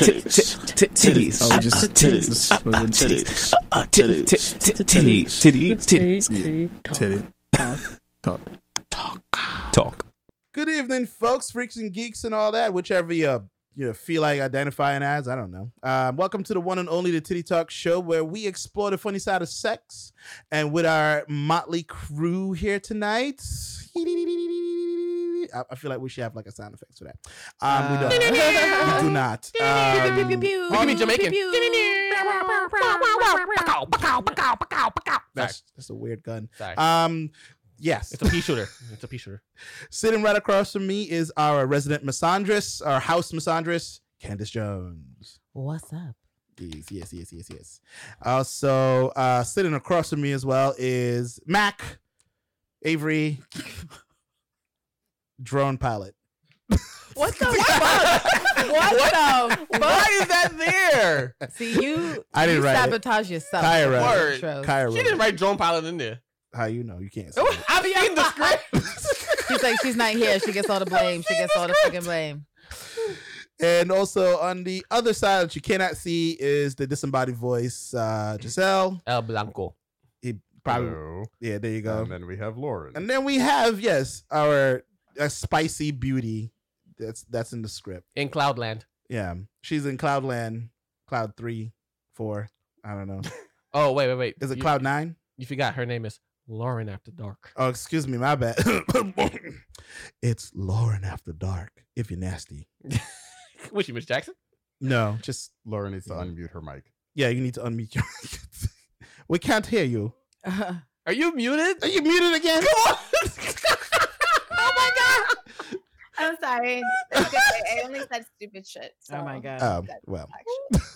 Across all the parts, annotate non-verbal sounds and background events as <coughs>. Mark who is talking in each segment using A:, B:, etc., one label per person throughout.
A: titties, titties,
B: Oh, just
A: titties,
B: titties.
A: titties, Uh, titties, titties, titties.
B: Teddy. Talk.
C: Talk.
D: Good evening, folks, freaks and geeks, and all that, whichever you you know, feel like identifying as. I don't know. Um, welcome to the one and only the Titty Talk Show, where we explore the funny side of sex, and with our motley crew here tonight. I, I feel like we should have like a sound effects for that. Um, we
E: <laughs>
D: don't.
E: Uh.
D: <laughs> we do not. Um,
F: me Jamaican.
D: that's, that's a weird gun.
F: Sorry.
D: Um, yes.
F: It's a pea shooter. It's a pea shooter.
D: <laughs> Sitting right across from me is our resident misandress, our house misandress, Candace Jones.
G: What's up?
D: Yes, yes, yes, yes, yes. Also, uh, sitting across from me as well is Mac, Avery, <laughs> drone pilot.
G: What the fuck? What the fuck?
F: Why is that there?
G: See you.
D: I didn't
G: you
D: write it.
G: sabotage yourself.
D: Kyra.
G: with your
F: Word.
G: intros.
D: Kyra.
F: She didn't write drone pilot in there.
D: How you know? You
F: <laughs>
D: can't. see it.
F: I've seen the script.
G: She's like, she's not here. She gets all the blame. She gets all the fucking blame.
D: And also on the other side that you cannot see is the disembodied voice, uh, Giselle.
F: El Blanco.
D: He probably, yeah, there you go.
B: And then we have Lauren.
D: And then we have yes, our uh, spicy beauty. That's that's in the script.
F: In Cloudland.
D: Yeah, she's in Cloudland, Cloud Three, Four. I don't
F: <laughs>
D: know.
F: Oh, wait, wait, wait.
D: Is it
F: You-
D: Cloud Nine?
F: You forgot her name is Lauren After Dark.
D: Oh, excuse me, my bad. <coughs> it's Lauren After Dark. If you're nasty.
F: <laughs> Was she Miss Jackson?
D: No, just
B: Lauren needs to unmute her mic.
D: yeah. You need to unmute your. <laughs> we can't hear you.
G: Oh
F: Are you muted?
D: Are you muted again? Come
F: oh my god!
E: I'm sorry. It's okay. I only said stupid
D: <laughs>
E: shit.
G: Oh my
E: so
G: god.
D: on. Um, well, <laughs>
E: actually.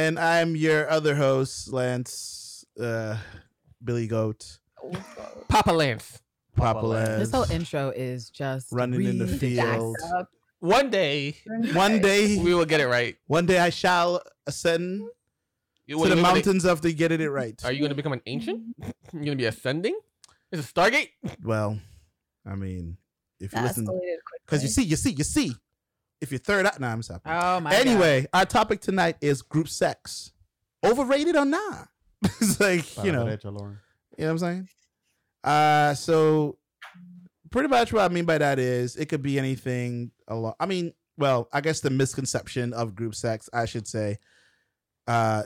D: and I'm your other host, Lance, uh, Billy Goat,
F: Papa Lance.
D: Papa
F: Lance.
D: Lance.
G: this whole intro is just
D: running in the field.
E: Jacked up.
F: One day
D: One day,
F: we will get it right.
D: one day I shall ascend
F: You-
D: to
F: what are
D: the
F: you gonna-
D: mountains of the getting it right.
F: Are you going to become an
D: <laughs>
F: ancient? You're going to be ascending? Is it Stargate?
D: Well, I mean, if you
E: That escalated
D: listen,
E: quickly.
D: because you see, you see, you see. If you're third out, nah, I'm sorry.
G: Oh my.
D: anyway, our topic tonight is group sex, overrated or not? <laughs> it's like you know,
B: Pavaretta, Lauren.
D: You know what I'm saying? Uh so pretty much what I mean by that is it could be anything along I mean, well, I guess the misconception of group sex, I should say, uh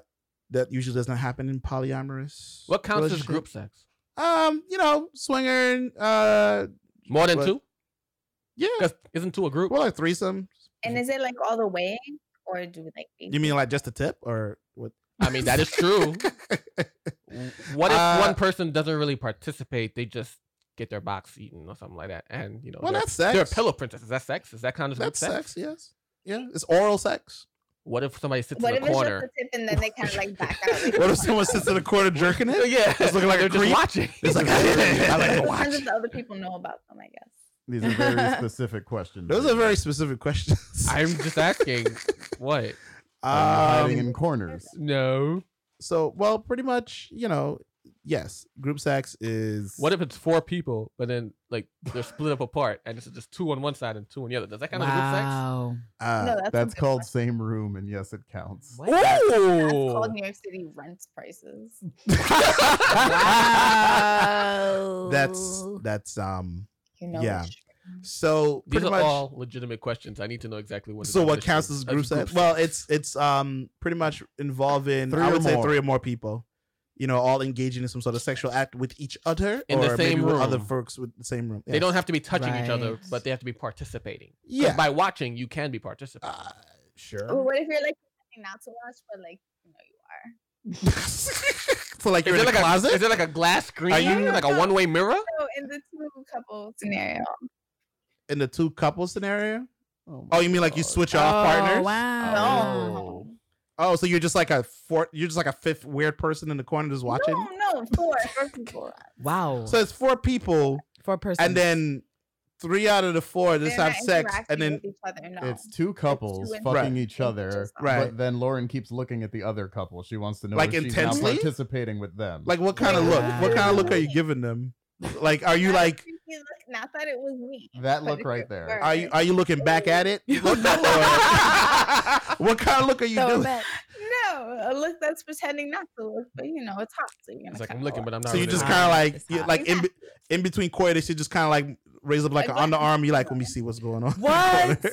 D: that usually does not happen in polyamorous.
F: What counts as
D: relationship.
F: group sex?
D: Um, you know, swinger uh
F: More than
D: What?
F: two?
D: yeah.
F: Because isn't two a group?
D: Well like threesome.
E: And is it like all the way, or do like we-
D: You mean like just a tip or what
F: I mean, that is
D: <laughs>
F: true. What if
D: Uh,
F: one person doesn't really participate? They just get their box eaten or something like that, and you know,
D: well
F: they're,
D: that's sex.
F: they're a pillow princess. Is that sex? Is that kind of
D: That's
F: sex?
D: sex, yes. Yeah. It's oral
F: <laughs>
D: sex.
F: What if somebody sits
E: What
F: in
E: if
F: the
E: it's just
F: corner?
E: a tip and then they kind of like back
D: <laughs>
E: out? Like,
D: What if someone sits in a corner jerking <laughs> it?
F: yeah,
D: It's looking like a
F: they're just
D: creep.
F: watching.
D: It's like I like
F: <laughs>
D: to watch.
E: Sometimes the other people know about them, I guess.
B: These are very specific questions.
D: Those are
B: <laughs>
D: very specific questions.
F: I'm just asking. what?
B: Are you Uh, hiding
D: Um,
B: in corners.
F: No.
D: so, well, pretty much, you know, yes, group sex is
F: What if it's four people, but then like they're split up apart, and it's just two on one side and two on the other? Does that count
G: Wow.
D: uh,
E: no, that's, a
B: That's
E: good
B: called
E: one.
B: same room, and yes, it counts.
F: as group sex?
E: That's called
F: Ooh.
E: New York City rent prices.
D: <laughs>
G: Wow.
D: that's that's um.
E: You know.
D: Yeah.
E: which-
D: So
F: These
D: pretty
F: are
D: much.
F: all legitimate questions. I need to know exactly what. the
D: so what
F: definition
D: counts
F: is
D: as
F: of
D: group sex? Well, it's it's um pretty much involving
B: Three
D: I
B: or
D: would say
B: more.
D: three or more people. You know, all engaging in some sort of sexual act with each other,
F: In
D: or
F: the
D: maybe
F: same
D: with other
F: room.
D: folks with the same room.
F: They don't have to be touching each other,
G: Right.
F: but they have to be participating. 'Cause
D: Yeah.
F: By watching, you can be participating.
D: Uh,
E: Well,
D: sure.
E: what if you're like pretending not to watch, but like you know you are?
D: <laughs> so like
F: is
D: you're
F: there
D: in
F: like
D: a
F: a is
D: closet.
F: there like a glass screen?
E: you-
F: like a one way mirror?
E: So in the two couple scenario,
D: in the two couple scenario?
B: my
D: Oh, you mean like you
B: God.
D: switch off
E: Oh,
D: partners?
G: Wow.
E: no,
D: Oh, so you're just like a four. You're just like a fifth weird person in the corner just watching.
E: no, no, four, four people.
G: Wow.
D: So it's four people,
G: Four persons.
D: and then three out of the four just
E: They're
D: have
E: not
D: sex, and
E: interacting
D: then
E: with each other, no.
B: It's two couples
E: women.
B: fucking
D: Right.
B: each other.
D: Right.
B: But then Lauren keeps looking at the other couple. She wants to know
D: Like
B: if she's now
D: intensely?
B: <laughs> participating with them.
D: like what kind of look? What kind of look are you
E: Wow.
D: giving them? Like, are you like?
E: Creepy look- Not that it was me.
B: That
E: but
B: look
E: it
B: right
E: could
B: there.
E: work.
D: Are you are you looking back
E: <laughs>
D: at it? Look or- <laughs> what kind of look are you
G: Throw it
D: doing?
G: back.
E: No, a look that's pretending not to look, but you know, it's hot. So you're gonna
F: It's like
E: kinda
F: I'm looking,
E: look.
F: but I'm not.
D: So you
F: really
D: just
F: looking.
D: kind of like
G: It's
D: you're <laughs>
G: hot.
D: like in, be- in between coitus, you just kind of like raise up like,
E: Like
D: an
E: what?
D: underarm. You like, let me see what's going on. <laughs>
G: What?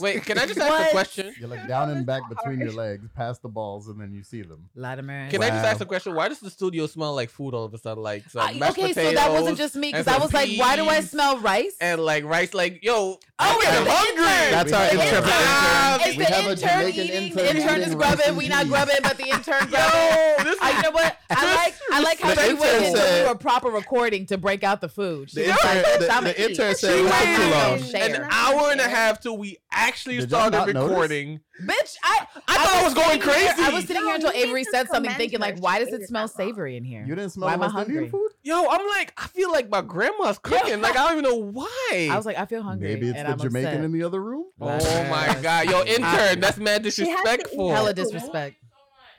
F: Wait, can I just ask a
G: What?
F: question?
B: You
G: <laughs>
B: look down and back between your legs, past the balls, and then you see them.
G: Latimer.
F: Can I just ask
D: Wow.
F: a question? Why does the studio smell like food all of a sudden? Like some
G: I-
F: mashed
G: okay, so
F: potatoes
G: that wasn't just me because
F: and
G: I
F: some
G: was like, why do I
F: peas
G: smell rice?
F: and like rice. Like yo,
G: Oh,
F: I'm
G: it's
F: kinda
G: the intern.
D: That's our
B: We have
D: intern.
B: a-
F: Ah,
G: It's
B: We
G: the
B: have a
G: intern
B: Jamaican
G: eating.
B: intern
G: The intern is
B: eating
G: grubbing.
B: rice
G: We
B: and
G: not
B: peas.
G: grubbing, but the intern grubbing.
F: <laughs> Yo, this
G: <laughs> I, you know what? I like. I like how
D: The
G: she
D: intern
G: waited until
D: said-
G: we were proper recording to break out the food. She
D: The
G: was <laughs> like,
D: intern- the-
G: "I'ma
D: the
G: eat."
D: intern said,
G: She
D: "Not
G: waited
D: too long."
G: until share.
F: an hour and a half till we actually
B: Did y'all
F: started
B: not notice?
F: recording.
G: Bitch, I
F: I thought I was going
G: sitting here- I
F: crazy.
G: was sitting
E: No,
G: here until
E: you didn't
G: Avery
E: just
G: said something,
E: commend
G: thinking
E: her.
G: like, "Why does
E: She
G: it
E: ate
G: smell
E: that long.
G: savory in here?"
B: You didn't smell
G: Why am I
B: West Indian
G: hungry?
B: food?
F: Yo, I'm like, I feel like my grandma's cooking. Like I don't even know why.
G: I was like, "I feel hungry."
B: Maybe it's
G: and
B: the
G: I'm
B: Jamaican
G: upset.
B: in the other room.
F: oh my god, yo, intern, that's mad disrespectful.
E: the-
F: <laughs>
G: Hella disrespect.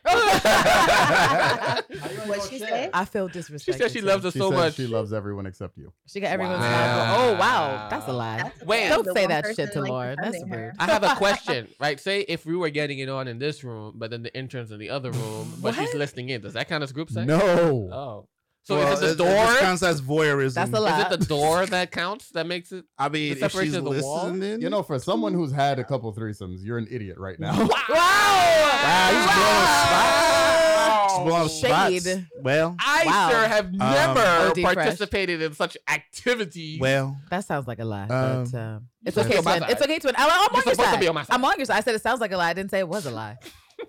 B: Oh. <laughs>
E: What she said?
G: I feel
F: she
G: disrespect.
F: said she loves us
B: She
F: so
B: said
F: much.
B: she loves everyone except you.
G: She got everyone's
F: Wow.
G: eyes going, Oh wow, that's a lie.
E: That's
F: Wait.
E: okay.
G: Don't
E: The
G: say
E: one
G: that
E: person,
G: shit to
E: like,
G: Lauren. That's
E: defending her.
G: rude.
F: I have a question,
G: <laughs>
F: right? Say if we were getting it on in this room, but then the intern's in the other room, but she's
G: What?
F: listening in. Does that count as group sex?
B: No.
F: Oh. So
D: Well,
F: is it the
D: it- it
F: door?
D: just counts as voyeurism.
G: That's a lie.
F: is it <laughs> the door that counts? That makes it.
D: I mean,
F: The
D: if she's
F: separation of the wall?
D: listening,
B: You know, for someone who's had a couple threesomes, you're an idiot right now.
F: <laughs>
D: wow, he's blowing Um, spots. He's blowing
G: Shade.
D: spots. Well,
F: I
G: Wow.
F: sure have never
G: OD Fresh.
F: participated in such activities.
D: well,
G: That sounds like a lie. but,
D: Um,
G: um, it's
F: You're
G: okay,
F: supposed to be on
G: Twin.
F: my
G: It's
F: side.
G: okay, Twin. I'm, I'm
F: You're
G: on your
F: supposed to
G: side.
F: be on my side.
G: I'm on your side. I said it sounds like a lie. I didn't say it was a lie.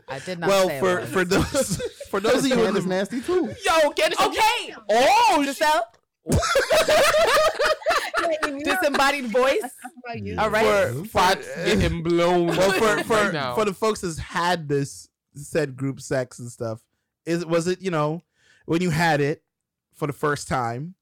G: I did not. say
D: well
G: it
D: for
G: was.
D: for those <laughs> for those of you in
B: That is
D: the
B: nasty too.
F: yo, get it
G: okay.
F: Oh, sh- <laughs>
G: Giselle, <laughs>
E: Like, if you know
G: disembodied voice.
E: about you,
G: All right.
D: for,
F: Fox
D: for-
F: getting blown.
D: <laughs> well
F: <laughs>
D: for for,
F: right now.
D: for the folks that's had this said group sex and stuff is was it you know when you had it for the first time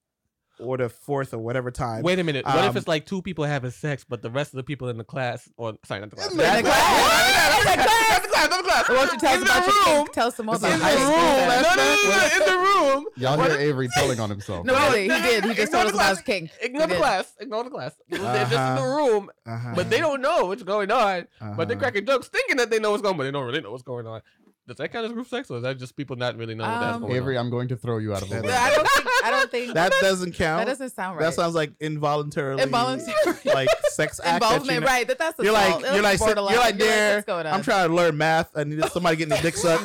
D: or the fourth or whatever time
F: Wait a minute. What if
D: Um,
F: it's like two people having sex, but the rest of the people in the class, or sorry, not the class.
D: In the
F: Not <laughs>
G: class.
F: Not the class. Not the class. Not the class.
G: I want you to tell us
F: in
G: about
F: the
G: your
F: room.
G: kink. Tell us some more
D: It's
G: about
F: In the
D: high
G: your kink.
F: room. No, no,
D: last
F: no, no,
D: night.
F: In the room.
B: Y'all hear
F: <laughs>
B: Avery telling on himself.
G: No, really, he did. He just told
F: Ignore
G: us
F: the
G: about
F: class.
G: his kink.
F: Ignore the
G: did.
F: class. Ignore the class. They're just in the
D: Uh-huh.
F: room,
D: Uh-huh.
F: but they don't know what's going on. But they're
D: Uh-huh.
F: cracking jokes, thinking that they know what's going on, but they don't really know what's going on. Does that count as group sex, or is that just people not really knowing what's
G: Um,
F: going
B: Avery, I'm going to throw you out of the
D: That-
B: room.
G: I don't
F: <laughs>
G: think. I don't think
D: that doesn't count
G: that doesn't sound right.
D: That sounds like involuntarily
F: <laughs>
G: Involuntary
D: like
G: <laughs>
D: sex act that you
G: involvement,
D: know-
G: right? That that's
D: You're
G: assault.
D: like,
G: It
D: you're
G: was
D: like, sit-
G: borderline.
D: you're like, there.
G: what's going on?
D: I'm trying to learn math. I need somebody getting their dick sucked.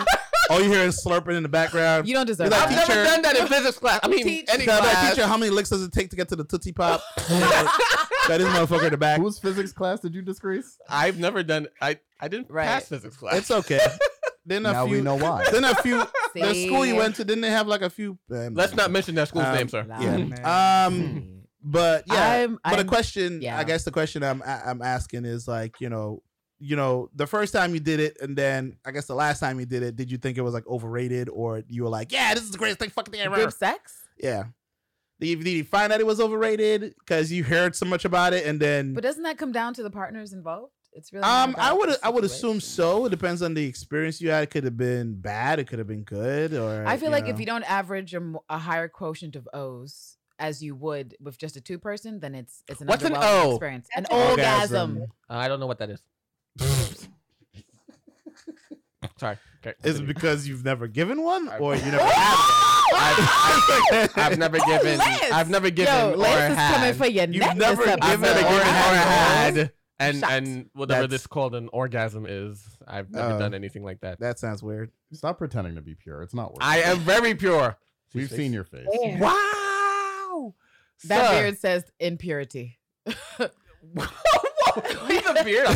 D: All you hear is slurping in the background.
G: You don't deserve
D: You're
F: on.
D: like,
G: that.
F: I've
D: teacher-
F: never done that in physics class. I mean,
G: Teach-
F: any
D: Tell that
F: class.
D: teacher how many licks does it take to get to the Tootsie Pop? that is motherfucker in
B: <laughs>
D: the
F: <laughs>
D: back.
B: Whose physics class did you
F: <sighs>
B: disgrace?
F: I've never done. I I didn't
G: Right.
F: pass physics class.
D: It's okay. Then a
B: Now
D: few.
B: we know why.
D: Then a few.
G: See?
D: the school you went to, didn't they have like a few? um,
F: Let's not mention that school's
D: Um,
F: name, sir. Uh,
D: Yeah. Um. But yeah.
G: Hmm. I'm-
D: but
G: I'm-
D: a question.
G: yeah.
D: I guess the question I'm I- I'm asking is like you know you know the first time you did it and then I guess the last time you did it did you think it was like overrated or you were like yeah this is the greatest thing fucking thing ever
G: Group sex,
D: Yeah. Did you, did you find out it was overrated because you heard so much about it, and then
G: but doesn't that come down to the partners involved? It's really
D: Hmm. um, I would I would assume so. It depends on the experience you had. It could have been bad. It could have been good. Or
G: I feel like if you don't average a, mo- a higher quotient of O's as you would with just a two person, then it's it's an
F: What's an
G: underwhelming
F: O?
G: experience, an
E: That's an
G: orgasm.
F: I don't know what that is. Sorry. Okay,
D: is it
F: continue.
D: because you've never given one,
F: I-
D: or you never
G: <laughs>
D: had. one?
F: <laughs> I've never given.
G: Lance!
F: I've never given
G: Yo,
F: or
G: Lance is
F: had.
G: coming for your
D: You've
G: neck this
D: never
G: episode.
F: I've
D: given
F: never
D: or
F: given or
D: had.
F: had. And
G: Shocked.
F: and whatever
D: That's-
F: this called an orgasm is, I've never
D: Oh.
F: done anything like
D: <laughs>
F: that.
D: that sounds weird.
B: Stop pretending to be pure. It's not worth
F: I
B: it.
F: am very pure.
B: We've seen your face.
E: Yeah.
F: Wow.
G: That
F: <laughs> Sir.
G: beard says impurity. <laughs>
F: Leave the beard.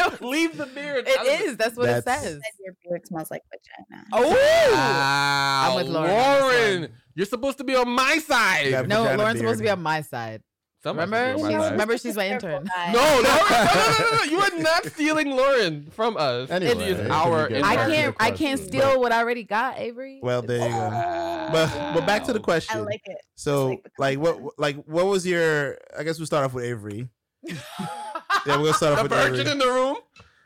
F: out. <laughs> Leave the beard. out of
G: It is. That's what
D: That's-
G: it says.
E: Said your beard smells like vagina.
F: Oh,
G: I'm with Lauren on this one.
F: you're supposed to be on my side.
D: Yeah,
G: No,
D: Vagina
G: Lauren's supposed to be
D: beard.
G: on my side.
F: Someone's
G: Remember?
F: supposed to be on
G: She's-
F: my side.
G: remember she's my
E: Careful,
G: intern.
E: guys.
F: No, Lauren, no, no, no, no, you
G: <laughs>
F: are not stealing Lauren from us.
B: Anyway,
F: she is
B: can we
F: our.
B: get
F: intern.
G: I
B: back to
G: can't.
B: the
G: I can't
B: question?
G: steal what I already got, Avery.
D: Well, there you go.
F: Wow.
D: But but back to the
E: I
D: question.
E: like it.
D: so
E: like the
D: like what like what was your? I guess we will start off with Avery.
G: <laughs>
D: Yeah, we're gonna start off
F: The
D: with
F: virgin
D: Avery.
F: in the room.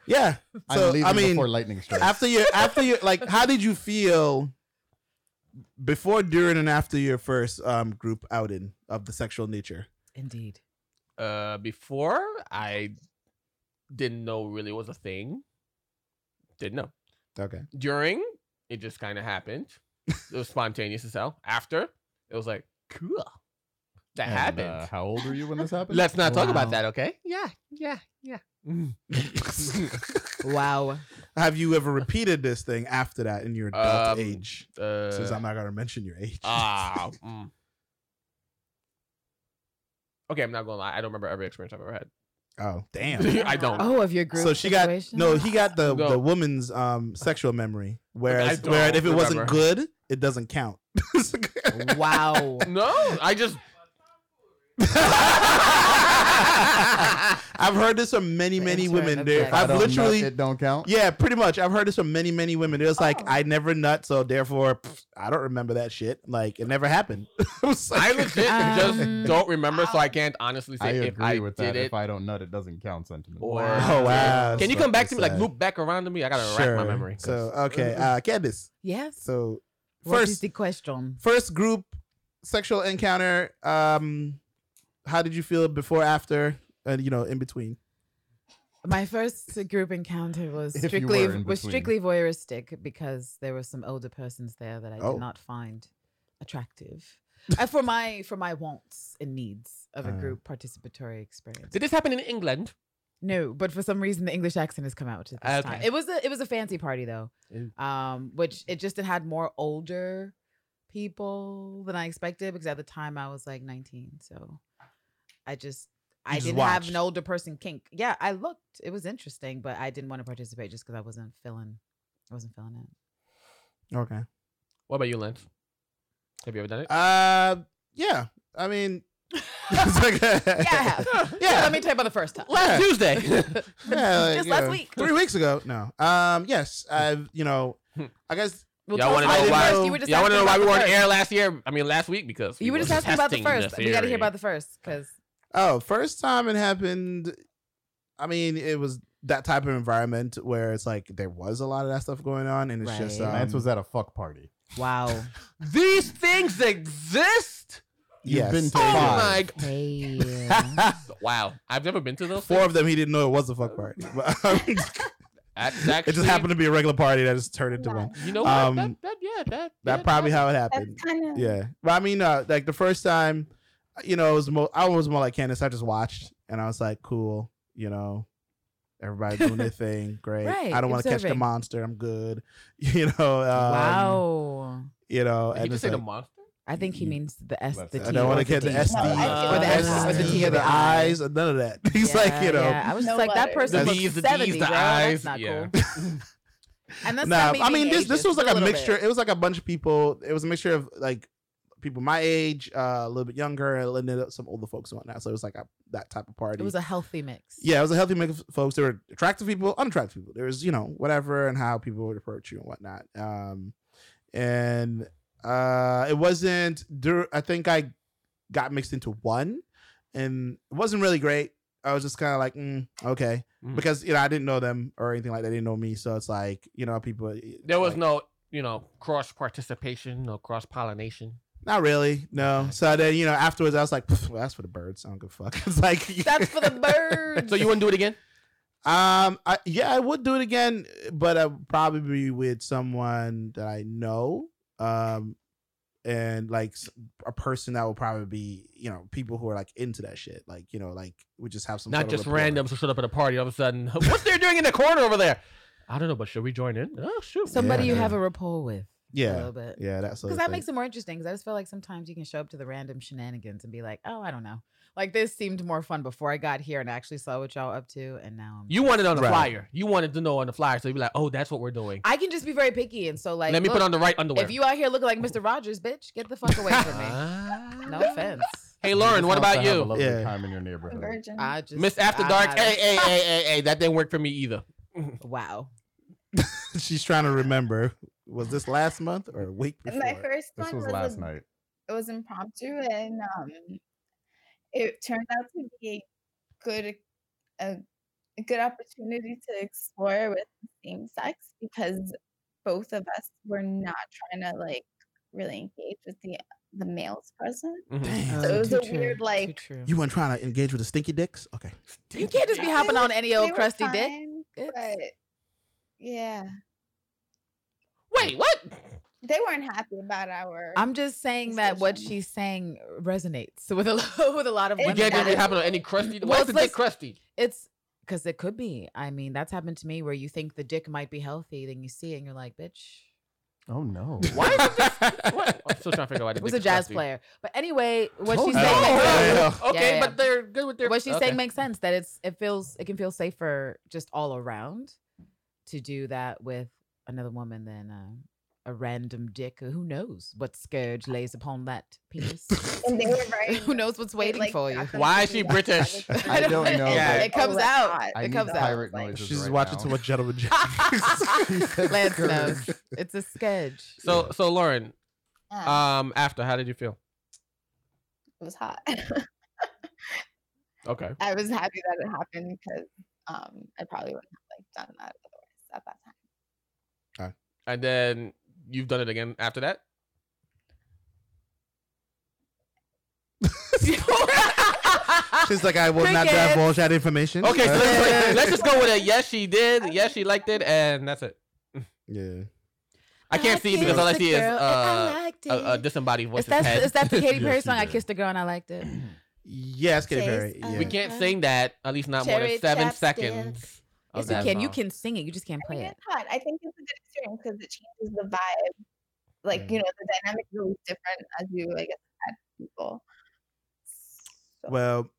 D: Yeah.
B: I'm
D: So
B: leaving
D: I mean,
B: before lightning strikes.
D: after your after your like how did you feel before during and after your first um group outing of the sexual nature
G: Indeed.
F: uh, before I didn't know really was a thing. Didn't know. <laughs>
D: Okay.
F: During, it just kind of happened. It was spontaneous as hell. After, it was like, cool. That
B: And,
F: happened.
B: uh, how old were you when this happened?
F: Let's not talk about
G: Wow.
F: that, okay? Yeah, yeah, yeah.
G: Wow.
D: Have you ever repeated this thing after that in your adult
F: Um,
D: age?
F: Uh,
D: Since I'm not gonna mention your age.
F: ah, mm. Okay, I'm not gonna lie. I don't remember every experience I've ever had.
D: <laughs> oh, damn.
F: <laughs> I don't.
G: Oh, of your group.
D: So she got
G: situation?
D: no. He got the
F: Go.
D: the woman's um sexual memory, whereas
F: don't
D: where if it wasn't
F: remember.
D: good, it doesn't count. <laughs>
G: Wow.
F: No, I just
D: <laughs> I've heard this from many
G: The
D: many
G: intern
D: women.
G: of
D: There,
G: Jack.
B: I
D: I've
B: don't know,
D: literally
B: it don't count.
D: Yeah, pretty much. I've heard this from many, many women. It was like
E: Oh.
D: I never nut, so therefore pff, I don't remember that shit. Like it never happened. <laughs> It was like-
F: I legit
G: Um,
F: just don't remember, so I can't honestly say
B: I
F: if
B: agree
F: I
B: with
F: did
B: that.
F: it
B: If I don't nut, it doesn't count. Sentiment.
F: or.
D: Oh wow!
F: Can you
D: That's
F: come back to
D: fucking
F: me, like
D: sad.
F: loop back around to me? I gotta rack my memory.
D: So
F: <laughs>
D: okay, uh, Candice.
G: Yes.
D: So
G: What is
D: first,
G: the question?
D: first group sexual encounter. Um, how did you feel before, after, and you know, in between?
G: My first group encounter was
B: If you
G: strictly
B: were in
G: was
B: between.
G: strictly voyeuristic because there were some older persons there that I
D: Oh.
G: did not find attractive. Uh, for my for my wants and needs of a
D: Uh.
G: group participatory experience.
F: Did this happen in England?
G: No, but for some reason the English accent has come out at this time.
F: Ah, Okay.
G: It was a it was a fancy party though,
F: Ew.
G: um, which it just had more older people than I expected because at the time I was like 19, so I just I
D: just
G: didn't have
D: watched.
G: an older person kink. Yeah, I looked. It was interesting, but I didn't want to participate just because I wasn't feeling I wasn't feeling it.
D: Okay.
F: What about you, Lance? Have you ever done it?
D: Uh, yeah. I mean, <laughs>
F: <laughs>
G: Yeah, I have.
D: Yeah.
G: yeah, let me tell you about the first time.
D: Uh, Yeah.
F: Last
D: <laughs>
F: Tuesday. <laughs>
D: Yeah, like,
G: Just
D: you
G: last
D: know,
G: week.
D: three weeks ago. No. Um. Yes. I've. You know. I guess.
G: Well,
F: Y'all
G: tell us
F: wanna
G: about
F: know
G: the
F: why-
G: first. You were just
F: Y'all want to
G: asking
F: know why
G: about
F: we
G: the
F: were on
G: first.
F: air last year? I mean, last week because we
G: You were just asking about the
F: testing
G: first. we got to hear
F: theory.
G: about the first
F: <laughs>
G: because
D: Oh, first time it happened. I mean, it was that type of environment where it's like there was a lot of that stuff going on, and it's just.
G: Right.
D: Um,
B: Lance was at a fuck party.
G: wow.
F: These things exist.
B: You've
D: yes.
B: been to
F: Oh
B: Five.
F: my! g- <laughs>
G: Hey.
F: Wow, I've never been to those.
D: <laughs> Four
F: things.
D: of them, he didn't know it was a fuck party. <laughs> But, um,
F: That's
D: it
F: actually-
D: just happened to be a regular party that just turned into one.
F: You know what?
D: Um,
F: Oh, that, that, yeah, that.
D: That
F: yeah,
D: probably
F: that-
D: how it happened.
E: That's kind of
D: Yeah, but I mean, uh, like the first time, you know, it was more. I was more like Candace. I just watched, and I was like, cool. You know, everybody doing their
G: <laughs>
D: thing. Great.
G: Right,
D: I don't want to catch the
G: observing.
D: monster. I'm good. <laughs> You know. Um,
G: wow.
D: You know,
F: Did you
D: and
F: just
D: it's
F: say the
D: like,
F: monster?
G: I think he
D: Mm.
G: means the S,
B: Left
G: the
B: side.
G: T.
D: I don't want
G: or
D: to
G: the
D: catch the
G: D. <laughs>
D: SD,
E: No, I-
G: or the S,
D: SD,
G: or the T, or
D: the
G: the
D: eyes,
G: I.
D: or none of that. <laughs> He's like, you know,
G: Yeah, I was
E: No
G: just like that
E: letters.
G: person
F: The
G: looks
F: D's, the D's,
G: seventy.
F: the
G: girl.
F: I's,
G: That's not
F: yeah.
G: cool. <laughs>
D: <laughs>
G: and that's not me
D: I mean
G: being
D: this this
G: ageist,
D: was like a,
G: little
D: mixture.
G: bit.
D: It was like a bunch of people. It was a mixture of like people my age, uh, a little bit younger, and then some older folks and whatnot. So it was like a, that type of party.
G: It was a healthy mix.
D: yeah, it was a healthy mix of folks. There were attractive people, unattractive people. There was, you know, whatever and how people would approach you and whatnot. Um, and uh, it wasn't. Dur- I think I got mixed into one, and it wasn't really great. I was just kind of like, mm, okay,
F: Mm.
D: because you know I didn't know them or anything like that. They didn't know me, so it's like you know people.
F: There was
D: like,
F: no, you know, cross participation, no cross
G: <laughs>
F: pollination.
D: not really no. So then you know afterwards I was like, "Pff, well, that's for the birds. I don't give a fuck. <laughs> It's like
G: <laughs> That's for the birds.
F: So you wouldn't do it again?
D: Um, I, yeah, I would do it again, but I would probably be with someone that I know. Um, and like s- a person that will probably be, you know, people who are like into that shit. Like, you know, like we just have some sort
F: Not
D: of
F: just
D: rapport.
F: randoms who showed up at a party all of a sudden. <laughs> What's they doing in the corner over there? I don't know, but should we join in? Oh shoot!
G: Somebody
D: Yeah,
G: you
D: yeah.
G: have a rapport with. A
F: uh,
D: Yeah,
G: little bit.
D: yeah, that's
G: Because that makes it more interesting. Because I just feel like sometimes you can show up to the random shenanigans and be like, "Oh, I don't know." Like this seemed more fun before I got here and I actually saw what y'all up to, and now I'm.
F: You wanted on the
D: Right.
F: flyer. You wanted to know on the flyer, so you'd be like, "Oh, that's what we're doing."
G: I can just be very picky, and so like,
F: Let me
G: look,
F: put on the right underwear.
G: If you out here looking like Mr. Rogers, bitch, get the fuck away from me.
F: Ah.
G: <laughs> No offense.
F: <laughs> Hey,
B: You
F: Lauren,
B: just
F: what
B: want to
F: about
B: have a
F: you?
B: lovely
D: Yeah.
B: time in your
E: a
B: neighborhood.
E: virgin.
G: I just
F: Miss After
G: I'm
F: Dark.
G: not a-
F: Hey, hey, hey, hey, hey, that didn't work for me either.
G: Wow.
D: <laughs> she's trying to remember. Was this last month or a week before?
E: My first
B: This
E: one
B: was
E: was,
B: last
E: a-
B: night.
E: It was impromptu, and um, it turned out to be good a, a good opportunity to explore with the same sex because both of us were not trying to like really engage with the the males present.
G: <laughs>
F: Mm-hmm.
D: Damn.
E: So it was
G: too
E: a
G: true,
E: weird,
G: too
E: like-
G: true.
D: You weren't trying to engage with the stinky dicks? Okay.
G: You can't just be
E: They
G: hopping
E: were-
G: on any
E: they
G: old
E: were
G: crusty dick.
E: fine,
G: It's-
E: But yeah,
F: Wait, what?
E: they weren't happy about our.
G: I'm just saying that what
E: Discussion.
G: she's saying resonates with a <laughs> lo- with a lot of
E: It
F: You
G: women.
F: can't
E: does.
G: that
F: just be
G: it-
F: hopping on any crusty.
G: Well,
F: Why is the
G: it's
F: dick
G: like-
F: crusty?
G: it's because it could be. I mean, that's happened to me where you think the dick might be healthy, then you see it and you're like, bitch.
B: Oh
F: <laughs>
B: no.
F: Why is
G: <laughs>
F: it just? What? I'm still trying to figure out why the
G: It was a
F: dick is
G: jazz
F: crusty.
G: player. But anyway, what she's
F: Oh,
G: saying
F: no.
G: makes sense.
D: Yeah.
F: <laughs> Okay,
G: Yeah, yeah.
F: but they're good with their.
G: what she's
F: okay.
G: saying makes sense that it's it feels it can feel safer just all around to do that with another woman than uh, a random dick who knows what scourge lays upon that penis
E: <laughs> And
G: <laughs>
E: they were very
G: who knows what's
E: It,
G: waiting
E: like,
G: for you
E: got them
F: Why
E: to
F: is
E: do
F: she
E: that.
F: British?
E: Like,
B: I
G: <laughs>
B: don't know,
G: yeah,
B: but-
G: it comes
E: Oh,
G: out
E: I
G: it
B: need
G: comes out
B: pirate noises
D: She's
B: right
D: watching
B: now.
D: too much
G: <laughs>
D: Gentleman Jack.
G: Lance knows. it's a scourge
F: So, so Lauren,
E: Yeah,
B: uh,
F: um, after how did you feel?
E: it was hot. <laughs>
F: Okay,
E: I was happy that it happened because um, I probably wouldn't have like done that otherwise at that time.
F: and then you've done it again after that.
D: She's like, I will not
G: Crickets.
D: divulge that information.
F: <laughs> Okay, so let's,
D: Uh,
F: let's just go with a yes, she did. Yes, she liked it, and that's it.
D: Yeah.
F: <laughs> I can't see because all I
G: kissed
F: see
G: a
F: is
G: girl and I
F: uh,
G: liked
F: a, a
G: it.
F: disembodied
G: is
F: voice's
G: that,
F: head.
G: is
F: <laughs>
G: that the Katy
D: Yes,
G: Perry
D: you
G: song? I
D: did.
G: kissed a girl and I
F: <clears throat>
G: liked it.
D: Yes, Katy
E: Taste
D: Perry.
E: of-
D: Yeah.
F: We can't sing that at least not more
E: Cherry
F: than seven
E: chapstick.
F: seconds. of
G: Yes, you
F: that
G: can. You
F: song.
G: can sing it. You just can't
E: I
G: play
E: mean,
G: it.
E: it's hot. I think it's a good experience because it changes the vibe. Like
D: Mm.
E: you know, the dynamic is always different as you, I guess, add people. So
D: Well,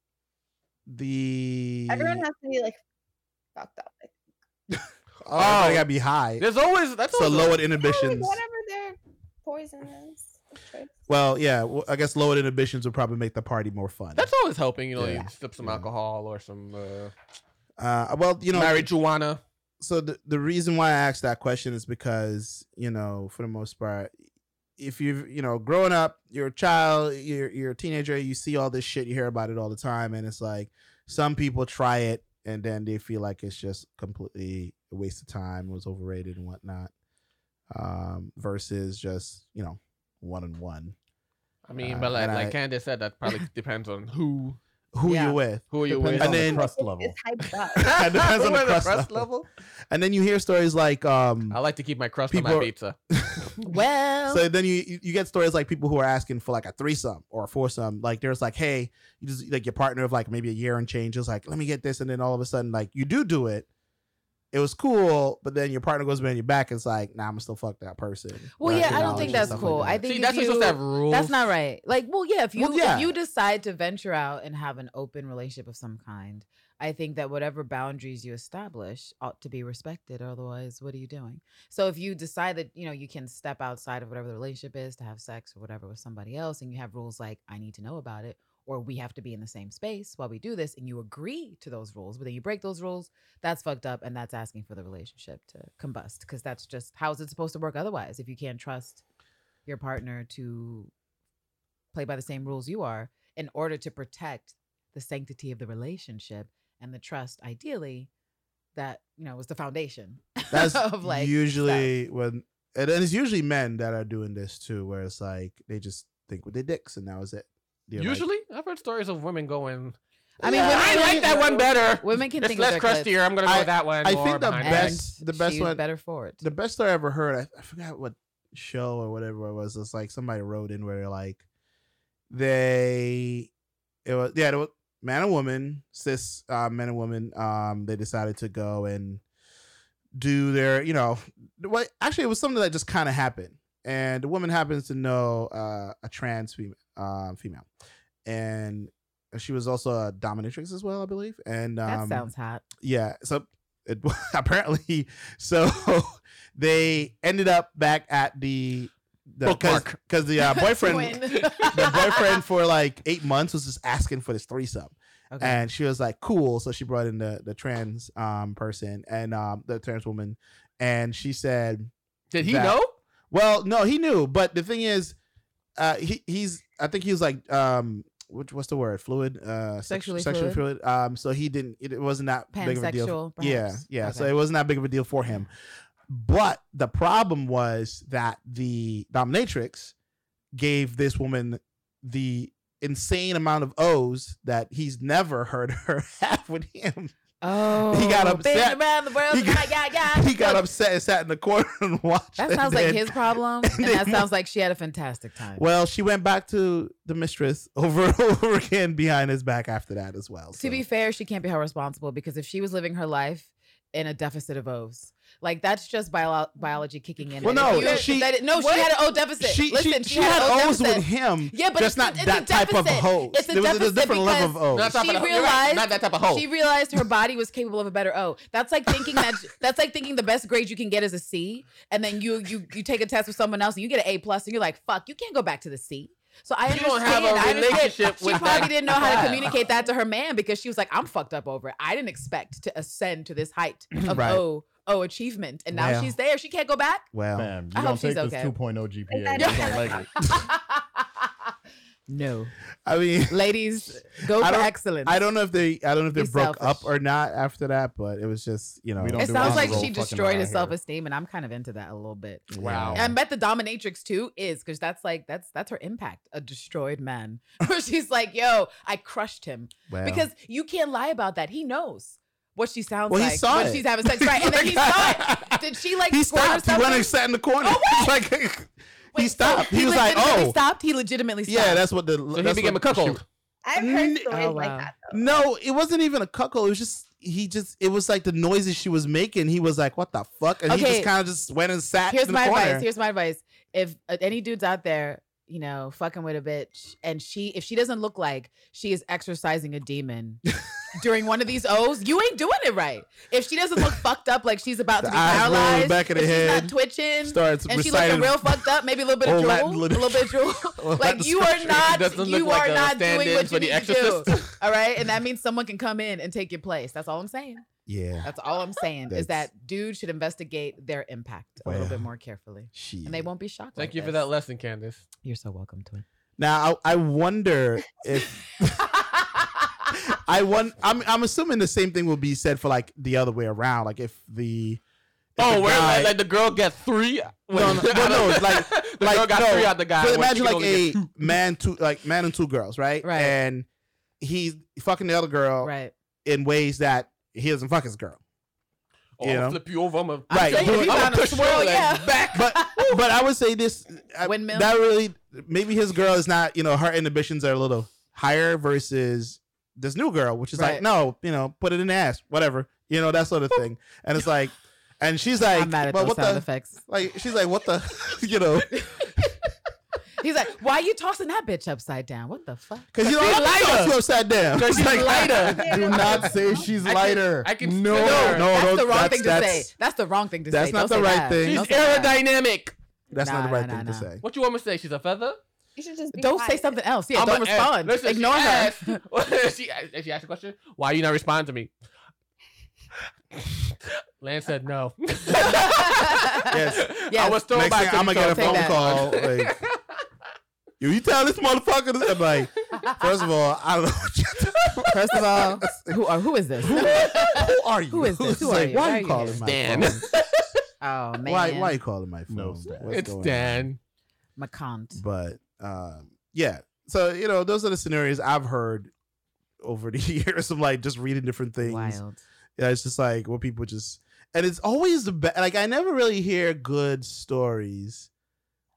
D: the.
E: everyone has to be like fucked up. Like,
D: Oh, I
F: Oh.
D: gotta be high.
F: There's always that's
D: So
F: always a-
D: lowered
E: oh, like
D: inhibitions.
E: whatever their poison is. of choice.
D: Well, yeah, well, I guess lowered inhibitions would probably make the party more fun.
F: That's always helping, you know.
D: Yeah.
F: You slip some
D: Yeah.
F: alcohol or some uh,
D: uh, well, you know,
F: marijuana.
D: so the, the reason why I asked that question is because you know, for the most part, if you've you know, growing up, you're a child, you're you're a teenager, you see all this shit, you hear about it all the time, and it's like some people try it and then they feel like it's just completely a waste of time, it was overrated and whatnot, um, versus just you know, one on one,
F: I mean,
D: Uh,
F: but like,
D: and
F: like
D: I-
F: Candace said, that probably depends on who
D: who
G: Yeah.
D: you <laughs> with,
F: who are you
B: <laughs> Depends
F: with.
D: on
F: And
D: the
F: then
B: crust
E: It's-
B: level.
E: It's hyped up.
D: <laughs> It depends on
F: Who
D: the
F: are
D: crust
F: crust
D: level. and then you hear stories like um,
F: I like to keep my crust on
D: People
F: my
D: are-
F: pizza.
D: <laughs>
G: Well,
D: so then you you- you get stories like people who are asking for like a threesome or a foursome. Like there's like, hey, you just like your partner of like maybe a year and change is like, let me get this, and then all of a sudden like you do do it. It was cool, but then your partner goes behind your back. and It's like, nah, I'm gonna still fuck that person.
G: well,
D: Or
G: yeah. I don't
D: acknowledge
G: think
D: and
G: that's
D: stuff
G: cool.
D: Like
G: I
D: that.
G: think
F: See,
G: if
F: that's what's
G: you-
F: that rules.
G: That's not right. Like, well, yeah, if you
D: Well, yeah.
G: if you decide to venture out and have an open relationship of some kind, I think that whatever boundaries you establish ought to be respected. Otherwise, what are you doing? So if you decide that, you know, you can step outside of whatever the relationship is to have sex or whatever with somebody else, and you have rules like I need to know about it, or we have to be in the same space while we do this, and you agree to those rules, but then you break those rules, that's fucked up, and that's asking for the relationship to combust. Because that's just how is it supposed to work otherwise if you can't trust your partner to play by the same rules you are in order to protect the sanctity of the relationship and the trust ideally that you know was the foundation
D: That's
G: <laughs> of like stuff.
D: usually when, and then it's usually men that are doing this too, where it's like they just think with their dicks and that was it. They're like,
F: Usually, I've heard stories of women going.
G: I mean,
F: "Yeah,
G: women
F: I
G: can-
F: like that one better.
G: women can
F: it's
G: think
F: less
G: of their clits
F: crustier. I'm gonna go
D: I-
F: with that one.
D: I
F: more
D: think the
F: behind
G: and
F: that."
D: best- the best
G: she's
D: one-
G: better for it
D: the best story I ever heard, I, I forgot what show or whatever it was. It's like somebody wrote in where like they it was yeah, there was man and woman, cis uh, man and woman. Um, they decided to go and do their you know what actually it was something that just kind of happened, and the woman happens to know uh, a trans female, uh, female, and she was also a dominatrix as well, I believe. And um,
G: that sounds hot
D: yeah so it, <laughs> apparently so <laughs> they ended up back at the
F: Bookmark.
D: because the uh, boyfriend <laughs>
G: <laughs>
D: the
G: the
D: boyfriend for like eight months was just asking for this threesome
G: okay.
D: and she was like cool so she brought in the the trans um person and um the trans woman and she said
F: Did he
D: that-
F: know?
D: well no he knew but the thing is uh he he's i think he was like um which, what's the word fluid uh sex-
G: Sexually
D: sexually fluid. um so he didn't it, it wasn't that big of a deal
G: pansexual
D: yeah,
G: perhaps?
D: yeah. So
G: Okay.
D: it wasn't that big of a deal for him. But the problem was that the dominatrix gave this woman the insane amount of O's that he's never heard <laughs> her have with him.
G: Oh,
D: got upset.
G: Been around the world.
D: He got-
G: yeah, yeah, yeah.
D: <laughs> He got
G: Look,
D: upset and sat in the corner and <laughs> watched.
G: That
D: and
G: sounds
D: then-
G: like
D: <laughs>
G: his problem, and,
D: then
G: that
D: mo-
G: sounds like she had a fantastic time.
D: Well, she went back to the mistress over and <laughs> over again behind his back after that as well.
G: to be
D: so.
G: fair, she can't be held responsible because if she was living her life in a deficit of O's, like that's just bio- biology kicking in.
D: Well,
G: And if
D: no,
G: you- if
D: she-
G: that is- no,
D: what?
G: she had an O deficit.
D: she,
G: Listen,
D: she, she had
G: an O
D: O's
G: deficit.
D: with him.
G: Yeah, but
D: just
G: it's-
D: not
G: it's a
D: that type of
G: deficit.
D: O's.
G: It's a
D: there was a
G: deficit
D: different level of
G: because-
D: O's.
F: Not that
G: She
F: type of, you're right,
G: realized-
F: not that type of hoe.
G: She realized her body was capable of a better O. That's like thinking that <laughs> that's like thinking the best grade you can get is a C, and then you you you take a test with someone else and you get an A plus, and you're like, fuck, you can't go back to the C. So I
F: You don't
G: understand.
F: have a
G: I understand.
F: relationship
G: She
F: with
G: probably
F: that
G: didn't know how to
F: guy.
G: communicate that to her man because she was like, I'm fucked up over it. I didn't expect to ascend to
D: <clears throat>
G: this height of
D: Right.
G: O O achievement, and now
D: Well.
G: she's there. She can't go back. <laughs>
D: Well,
B: Fam, you
G: I
B: don't
G: hope Oh, she's
B: take this
G: okay.
B: 2.0 GPA.
G: <laughs>
E: that
B: You
E: is-
B: don't like it.
G: no,
D: I mean,
G: ladies, go
D: I
G: for
D: don't-
G: excellence.
D: I don't know if they, I don't know if they
G: Be
D: broke up
G: selfish.
D: or not after that, but it was just, you know,
B: We don't
G: It
B: do
G: sounds
B: honor
G: like
B: roll
G: she
B: fucking
G: destroyed
B: around
G: her
B: here.
G: self esteem, and I'm kind of into that a little bit.
F: Wow.
G: I bet the dominatrix too is because that's like that's that's her impact. A destroyed man, <laughs> where she's like, "Yo, I crushed him,"
D: Well. <laughs>
G: because you can't lie about that. He knows what she sounds
D: Well, he
G: like
D: saw
G: when
D: it.
G: she's
D: <laughs>
G: having sex, right? And then he saw it. Did she like
D: he
G: squirt or
D: stopped. He went
G: something?
D: and sat in the corner.
G: Oh,
D: It's <laughs> like, he stopped. He, was like,
G: legitimately
D: oh,
G: stopped. He legitimately stopped.
D: yeah, that's what the.
F: so he
D: that's
F: became a
D: what
F: cuckold.
E: I've heard
D: N-
E: stories
G: Oh, wow.
E: like that though.
D: No, it wasn't even a cuckold. It was just he just it was like the noises she was making. He was like, "What the fuck?" And he
G: Okay.
D: just kind of just went and sat.
G: Here's
D: in the
G: my
D: corner.
G: advice. Here's my advice. If uh, any dudes out there, you know, fucking with a bitch, and she if she doesn't look like she is exercising
D: <laughs>
G: a demon during one of these O's, you ain't doing it right. If she doesn't look fucked up like she's about to
D: The
G: be
D: eyes roll in the
G: paralyzed,
D: back of the
G: if she's
D: head.
G: not twitching,
D: starts
G: and she looking
D: reciting.
G: real fucked up, maybe a little bit
D: old
G: of
D: Latin
G: drool, a little bit of drool. <laughs>
D: Latin
G: Like you are
D: scripture.
G: not,
F: It doesn't look
G: you
F: like
G: are
F: a
G: not doing
F: stand-in
G: what
F: for
G: you
F: The
G: need to do. All right, and that means someone can come in and take your place. That's all I'm saying.
D: <laughs> Yeah,
G: That's all I'm saying is
D: That's-
G: that dudes should investigate their impact a little
D: Well,
G: bit more carefully,
D: she.
G: and they won't be shocked.
F: Thank
G: like
F: you for
G: this. <laughs>
F: that lesson, Candace.
G: You're so welcome to it.
D: Now I, I wonder if I want. I'm I'm assuming the same thing will be said for like the other way around. Like if the if
F: Oh,
D: the
F: where
D: guy-
F: like, like the girl got three?
D: No, no, well, no, it's like-
F: the
D: like,
F: girl got
D: no,
F: three out the guy.
D: So
F: when she
D: imagine
F: could
D: like
F: only get
D: a
F: <laughs>
D: man two like man and two girls, right?
G: Right.
D: And he's fucking the other girl
G: Right.
D: in ways that he doesn't fuck his girl.
F: Oh,
D: you
F: I'll
D: know?
F: flip you over. I'm a,
G: I'm
D: Right,
G: saying
D: dude,
G: if you
D: I'ma
G: found a
F: push your
G: swirl,
F: legs
D: <laughs>
G: yeah.
F: back.
D: But but I would say this I-
G: Windmill?
D: That really maybe his girl is not you know her inhibitions are a little higher versus this new girl, which is like
G: Right.
D: no you know put it in the ass whatever you know that sort of thing, and it's like and she's <laughs> like
G: I'm mad at
D: but
G: those
D: what
G: sound
D: the
G: effects.
D: like she's like what the <laughs> you know
G: He's like, "Why you tossing that bitch upside down? What the fuck?"
D: because you don't
F: She's
D: have to
F: lighter.
D: toss you
B: <laughs>
D: upside down.
F: She's
D: It's like,
F: lighter.
E: <laughs>
B: Do not say she's
F: I can-
B: lighter.
F: I can
B: no.
F: feel her.
D: no,
G: that's
D: no,
G: the wrong
D: Oh, that's-
G: thing to
D: that's-
G: say. That's the wrong thing to
D: that's
G: say.
D: not
G: Don't
D: the right
G: say that.
D: thing.
F: She's
G: Don't say that.
F: aerodynamic.
D: That's
G: Nah,
D: not the right
G: nah,
D: thing
G: nah,
D: to
G: nah.
D: say.
F: What you want me to say? She's a feather?
E: You should just be
G: Don't say
E: quiet.
G: something else. Yeah,
F: I'm
G: don't
F: a ass.
G: respond.
F: Listen, she
G: Ignore her.
F: asked- she, asked- she asked a question. Why you not responding to me? <laughs> Lance said no.
G: <laughs>
F: <laughs>
G: Yes.
F: I
G: Yes.
F: was thrown
D: Next
F: back.
D: thing,
F: to
D: I'm
F: the <laughs>
D: gonna get a
F: throw.
D: phone
G: Take that.
D: call. Like,
F: <laughs>
D: you, you tell this motherfucker this. I'm like, first of all, I don't know. What you're talking
G: First
D: <laughs>
G: of all, who are who is <laughs> this?
D: about. Who are you?
G: Who is this? Who are
D: Like,
G: you?
D: Why
G: Why
D: are
G: are
D: you
G: you
D: calling
G: here?
D: my
F: Dan.
D: phone?
G: Oh man,
D: Why? Why you calling my phone?
B: No, Stan.
D: What's
F: It's
D: going on?
F: Dan.
G: McCant.
D: But um, yeah, so you know, those are the scenarios I've heard over the <laughs> years. I'm like just reading different things.
G: Wild.
D: Yeah, it's just like what people just and it's always the best. Like I never really hear good stories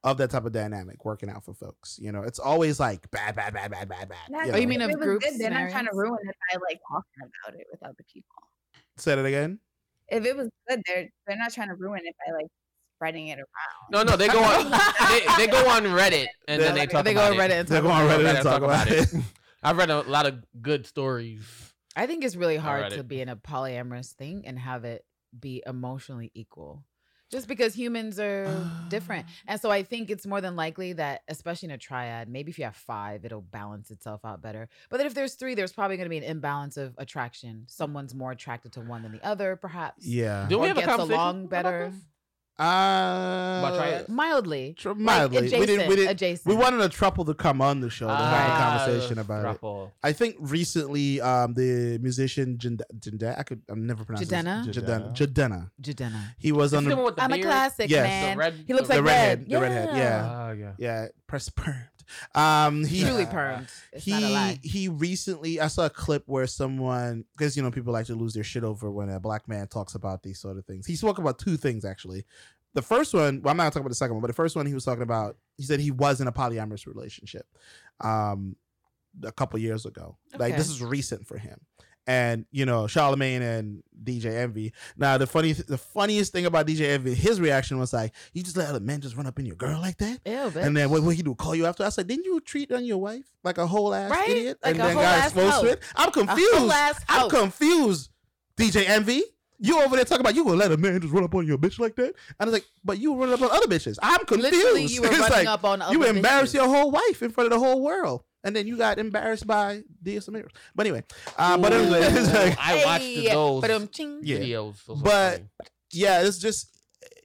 D: of that type of dynamic working out for folks. You know, it's always like bad, bad, bad, bad, bad, bad.
E: Not
D: you
G: Oh, you
E: good.
D: know.
G: mean
E: If
G: of
E: it was
G: group
E: good, Then I'm trying to
G: scenarios?
E: ruin it by like talking about it with other people.
D: say that again?
E: If it was good, they're they're not trying to ruin it by like spreading it around.
F: No, no, they go on. they, they go on Reddit and then they talk
G: they go
F: about
G: on Reddit
F: it.
G: and
D: They
G: talk
D: go on
G: about it.
D: Reddit and talk about it. <laughs>
F: I've read a lot of good stories.
G: I think it's really hard to
F: Alrighty.
G: be in a polyamorous thing and have it be emotionally equal. Just because humans are
D: <sighs>
G: different. And so I think it's more than likely that, especially in a triad, maybe if you have five, it'll balance itself out better. But then if there's three, there's probably going to be an imbalance of attraction. Someone's more attracted to one than the other, perhaps.
D: Yeah.
F: Do we
G: Or
F: have a
G: gets
F: conversation
G: along
F: about
G: better.
F: this?
D: Uh,
F: triads?
G: Mildly.
D: tr-
G: Like,
D: mildly.
G: adjacent, Ah,
D: we didn't. We didn't.
G: adjacent.
D: We wanted a truffle to come on the show to
F: Uh,
D: have a conversation about it. I think recently, um, the musician Jend- Jenda, I could, I'm never pronouncing
G: Jidenna?
D: Jadena. Jadena.
G: Jadena.
D: He was on
F: the
D: the,
F: one with the
G: I'm a
F: beard?
G: classic
D: Yes.
F: The
G: man.
F: red,
G: he looks
F: the
G: like
F: red.
G: red.
D: redhead, the redhead, yeah.
F: Ah, yeah.
D: yeah, press <laughs> permed. Um, he
G: Truly
D: uh,
G: permed. It's
D: he
G: not a lie.
D: he recently I saw a clip where someone because you know people like to lose their shit over when a black man talks about these sort of things. He spoke about two things actually. The first one, well, I'm not gonna talk about the second one, but the first one he was talking about, he said he was in a polyamorous relationship, um, a couple years ago. Like this
G: Okay.
D: is recent for him, and you know Charlemagne and DJ Envy. Now the funny, the funniest thing about DJ Envy, his reaction was like, "You just let a man just run up in your girl like that."
G: Ew, bitch.
D: And then what what he do? Call you after? I said, didn't you treat on your wife like a whole ass
G: Right?
D: idiot?
G: Like
D: and
G: a
D: then
G: whole
D: got
G: ass
D: exposed
G: hoe.
D: to it. I'm
G: A
D: confused.
G: whole ass
D: I'm
G: hoe.
D: confused. DJ Envy, you over there talking about you gonna let a man just run up on your bitch like that? And I was like, but you run up on other bitches. I'm confused.
G: Literally, you were
D: <laughs> It's
G: running
D: like,
G: up on other
D: you embarrassed
G: bitches.
D: your whole wife in front of the whole world, and then you got embarrassed by DSM. But anyway, uh, but anyway, <laughs> it's like,
F: <laughs> I watched
G: Hey,
F: those
G: ba-dum-ching.
D: Yeah.
F: videos. Those are
D: But-
F: funny.
D: yeah, it's just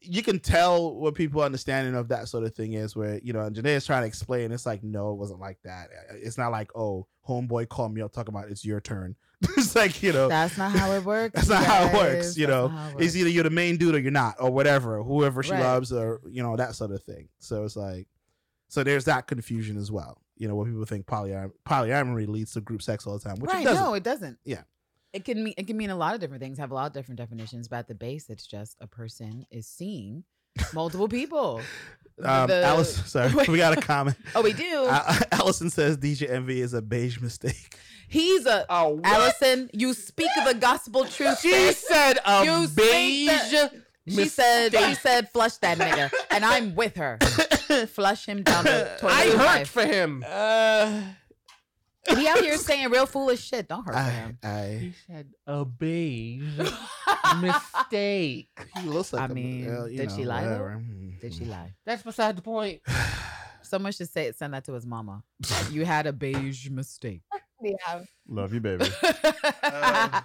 D: you can tell what people understanding of that sort of thing is where you know and Janae's trying to explain it's like no it wasn't like that it's not like oh homeboy called me up talking about it's your turn <laughs> it's like you know
G: That's not
D: <laughs>
G: how it works.
D: That's not how it works,
G: guys.
D: you
G: That's
D: know.
G: not how it
D: it's
G: works.
D: either you're the main dude or you're not or whatever whoever she
G: Right.
D: loves or you know that sort of thing so it's like so there's that confusion as well you know what people think polyam- polyamory leads to group sex all the time which
G: right?
D: it doesn't
G: No, it doesn't.
D: Yeah.
G: It can mean it can mean a lot of different things. Have a lot of different definitions, but at the base, it's just a person is seeing multiple
D: <laughs>
G: people. The-
D: um,
G: the-
D: Alice <laughs> sorry we got a
G: <laughs>
D: comment
G: Oh, we do.
D: uh, <laughs> Allison says DJ Envy is a beige mistake
G: He's a
F: Oh, what?
G: Allison. You speak the gospel truth. sis.
D: said a
G: You speak the- She said, she said, flush that nigga. And I'm
D: <laughs>
G: with her. flush him down
F: <laughs>
G: the toilet.
F: I
G: with
F: hurt
G: life.
F: for him.
G: He out
D: <laughs>
G: here saying real foolish shit. Don't hurt
D: I,
G: him.
D: I,
F: said a <laughs> beige mistake.
D: <laughs> he looks like
G: I
D: a-
G: mean,
D: well, you
G: did she
D: know,
G: lie, though?
D: whatever. Mm-hmm.
G: Did she lie?
F: That's beside the <laughs> point.
G: Someone should say send that to his mama. You had a beige mistake.
D: <laughs>
E: Yeah.
B: Love you, baby.
F: I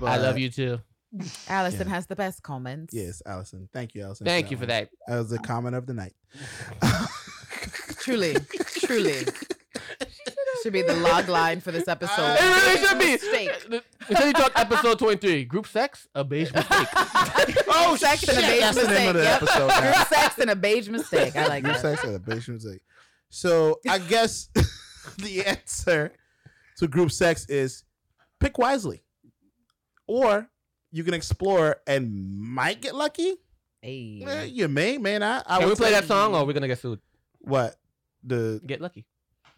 F: love
D: But-
F: you too.
G: Allison
D: Oh. Yeah.
G: has the best comments.
D: Yes, Allison. Thank you, Allison.
F: Thank you for that.
D: one. That was the comment of the night.
G: Truly,
D: <laughs>
G: truly. Should be the log line for this episode.
F: <laughs> It really should be.
G: Mistake.
F: <laughs> Until you talk episode 23, group sex, a <laughs> beige mistake.
G: <laughs> <laughs> Oh, sex and a beige
D: That's the name
G: mistake.
D: of the
G: Yep. <laughs>
D: episode.
G: Group
D: now.
G: sex and a beige mistake. I like
D: Group
G: that.
D: sex and a beige mistake. So I guess <laughs> the answer to group sex is pick wisely, or you can explore and might get lucky. Eh,
G: Hey.
D: You may, may not. I
F: Can we
D: would
F: play
D: say-
F: that song or are we going to get sued?
D: What the
F: Get lucky.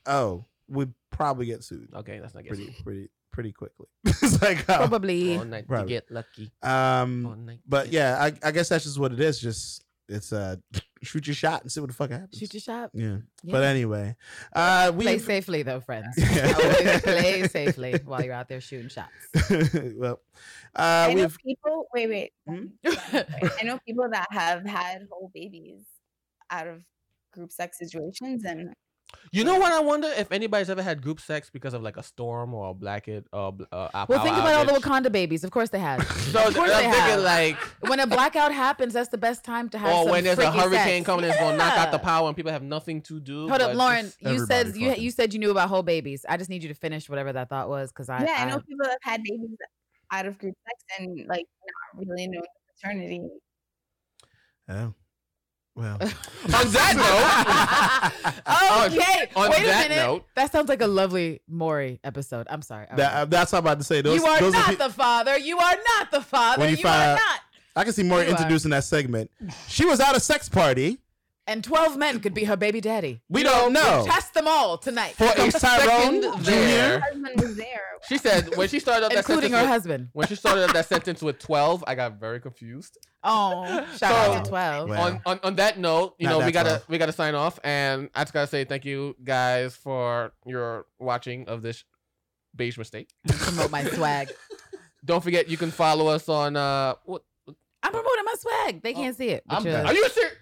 D: oh, we'd probably get sued
F: Okay, that's not
G: <laughs>
F: get
D: pretty,
F: sued.
D: pretty, pretty quickly. <laughs> it's like, uh,
G: Probably.
F: All night to
D: Probably.
F: get lucky.
G: Oh,
F: All
D: um,
F: night.
D: but yeah, I, I guess that's just what it is. Just it's uh, <laughs> shoot your shot and see what the fuck happens.
G: Shoot your shot.
D: yeah.
G: Yeah.
D: but anyway, uh,
G: Play
D: we
G: safely though,
D: <laughs>
G: friends.
D: Yeah.
G: Always play safely while you're out there shooting shots.
D: <laughs> well, uh,
E: I know
D: we've
E: people. Wait, wait.
D: Hmm?
E: um, sorry,
F: <laughs>
E: sorry. <laughs> I know people that have had whole babies out of group sex situations, and
F: You know what? I wonder if anybody's ever had group sex because of like a storm or a blackhead or bl- uh, a
G: Well,
F: power
G: think about all the
F: outage.
G: Wakanda babies. Of course they have.
F: So
G: Of course
F: I'm
G: they
F: thinking
G: have.
F: like,
G: When
F: <laughs>
G: a blackout happens, that's the best time to have.
F: or
G: some
F: when there's a
G: freaky
F: hurricane
G: sex.
F: coming, it's gonna knock out the
G: Yeah.
F: power and people have nothing to do.
G: Hold
F: but
G: up, Lauren.
F: just-
G: You
B: everybody
G: said you
B: fucking-
G: you said you knew about whole babies. I just need you to finish whatever that thought was because I
E: yeah, I,
G: I-
E: know people that have had babies out of group sex and like not really knowing the paternity.
D: oh,
G: <laughs>
D: well,
F: on <laughs> that note,
G: okay.
F: <laughs> on
G: Wait a
F: that
G: minute.
F: note- uh,
G: that sounds like a lovely Maury episode. I'm sorry. All
D: that, uh,
G: right.
D: that's what I'm about to say. Those,
G: you are
D: those
G: not
D: pe-
G: the father. You are not the father.
D: When
G: You,
D: you
G: are
D: find-
G: not.
D: I can see more
G: You are.
D: introducing that segment. She was at a sex party.
G: And 12 men could be her baby daddy.
D: We
F: Oh,
D: don't know.
G: Test them all tonight,
D: For
F: <laughs>
D: a Tyrone
F: second
D: Jr.
F: there-
E: Her husband was there.
F: she said when she started up
G: <laughs>
F: that
G: including
F: sentence,
G: her
F: with-
G: husband.
F: when she started up that sentence with twelve, I got very confused.
G: Oh, shout out to
F: So-
G: 12.
D: Well.
F: On, on on that note, you
D: Not
F: know
D: that
F: we gotta
D: 12.
F: we gotta sign off, and I just gotta say thank you guys for your watching of this beige mistake.
G: Promote my swag.
F: Don't forget you can follow us on uh what
G: I'm promoting my swag. They can't see it. but
F: Oh, I'm
G: you're-
F: done. Are you serious?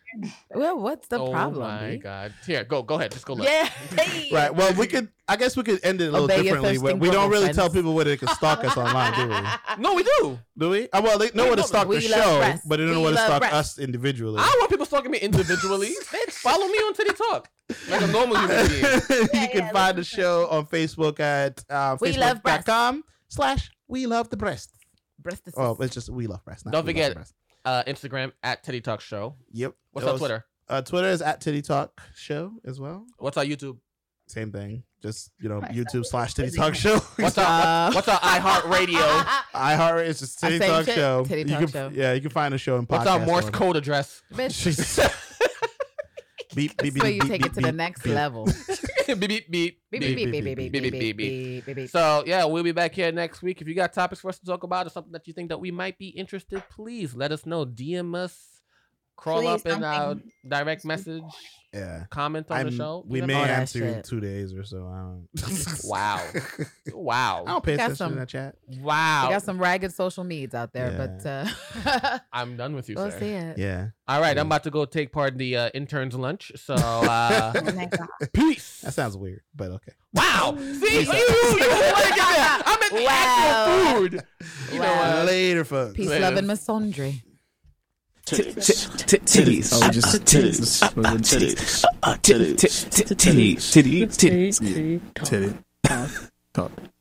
G: well, what's the
F: oh
G: problem?
F: my
G: B?
F: god. Here, go, go ahead. Just go look. <laughs>
G: Yeah. <laughs>
D: Right. Well, we could. I guess we could end it a little
G: Obey your
D: differently. We,
G: thirsting
D: we don't
G: brother,
D: really tell
G: friends.
D: people where they can stalk us online, do
G: <laughs>
D: we?
F: No, we do.
D: Do we? Uh, well, they know where to stalk
G: We
D: the
G: love
D: show,
G: rest.
D: but they don't know
G: We
D: where to
G: love
D: stalk
G: rest.
D: us individually.
F: I don't want people stalking me individually.
G: <laughs>
F: Bitch, follow me on Titty Talk. Like a normal
D: <laughs>
F: human
D: you
F: being.
E: Yeah,
D: can
E: yeah,
D: find
E: that's
D: the show on Facebook at uh,
G: We love breasts.
D: facebook.com slash we love the breast.
G: Breast assist. <laughs>
D: Oh, it's just we love breast. not
F: Don't
D: we love
F: forget-
D: the breast.
F: Uh, Instagram at Teddy Talk Show.
D: Yep.
F: What's our
D: Those-
F: Twitter?
D: Uh, Twitter is at Titty Talk Show as well.
F: What's
D: <laughs>
F: our YouTube?
D: Same thing. Just you know,
E: Right.
D: YouTube slash Titty Talk Show.
F: What's our what- What's our iHeartRadio?
D: <laughs> iHeart is just
G: I
D: Titty
G: same
D: Talk
G: shit.
D: Show.
G: Titty
D: you
G: Talk
D: can,
G: Show.
D: Yeah, you can find the show in podcast.
F: What's our
D: <laughs>
F: Morse
D: order.
F: code address?
G: <laughs>
F: <laughs>
G: Bitch, <laughs>
D: Jesus. beep, beep, beep,
G: so you
D: beep,
G: take
D: beep,
G: it to the
D: beep,
G: next
D: beep.
G: level.
F: beep, beep, beep,
G: Beep,
F: beep.
G: beep,
D: beep,
G: beep, beep, beep, beep,
F: beep, beep,
G: beep,
F: beep,
G: beep, beep, beep.
F: So yeah, we'll be back here next week. If you got topics for us to talk about or something that you think that we might be interested, please let us know. DM us, crawl
E: Please,
F: up in our
E: something.
F: direct message,
D: Yeah.
F: comment on the
D: I'm-
F: show.
D: we
F: You
D: may
F: never
D: <laughs>
G: all that
D: answer in
G: shit.
D: two days or so. I
G: <laughs>
D: don't. <laughs>
F: Wow. know.
D: I
F: Wow,
D: don't pay
G: Got
D: attention
G: some-
D: to that
G: <laughs>
D: chat.
G: We
F: wow.
G: got some ragged social needs out there, but uh, <laughs>
F: I'm done with you,
G: we'll
F: sir.
G: see it.
D: Yeah.
F: All right, I'm
D: Yeah.
F: about to go take part in the uh, interns lunch.
D: <laughs>
G: <laughs>
F: So uh,
E: Oh my god.
F: peace.
D: That sounds weird, but okay.
F: wow. See
D: <laughs>
F: you,
D: Peace
F: you
D: out.
F: want to get that? I'm at the
G: Wow.
F: actual food. You know
G: Wow.
F: what?
D: Later, folks.
G: Peace,
F: Later.
G: love, and misandry.
A: Titties. Oh, just titties. Uh, Titties. Titties. Titties. Titties. Titties.
C: Titty.
A: Talk.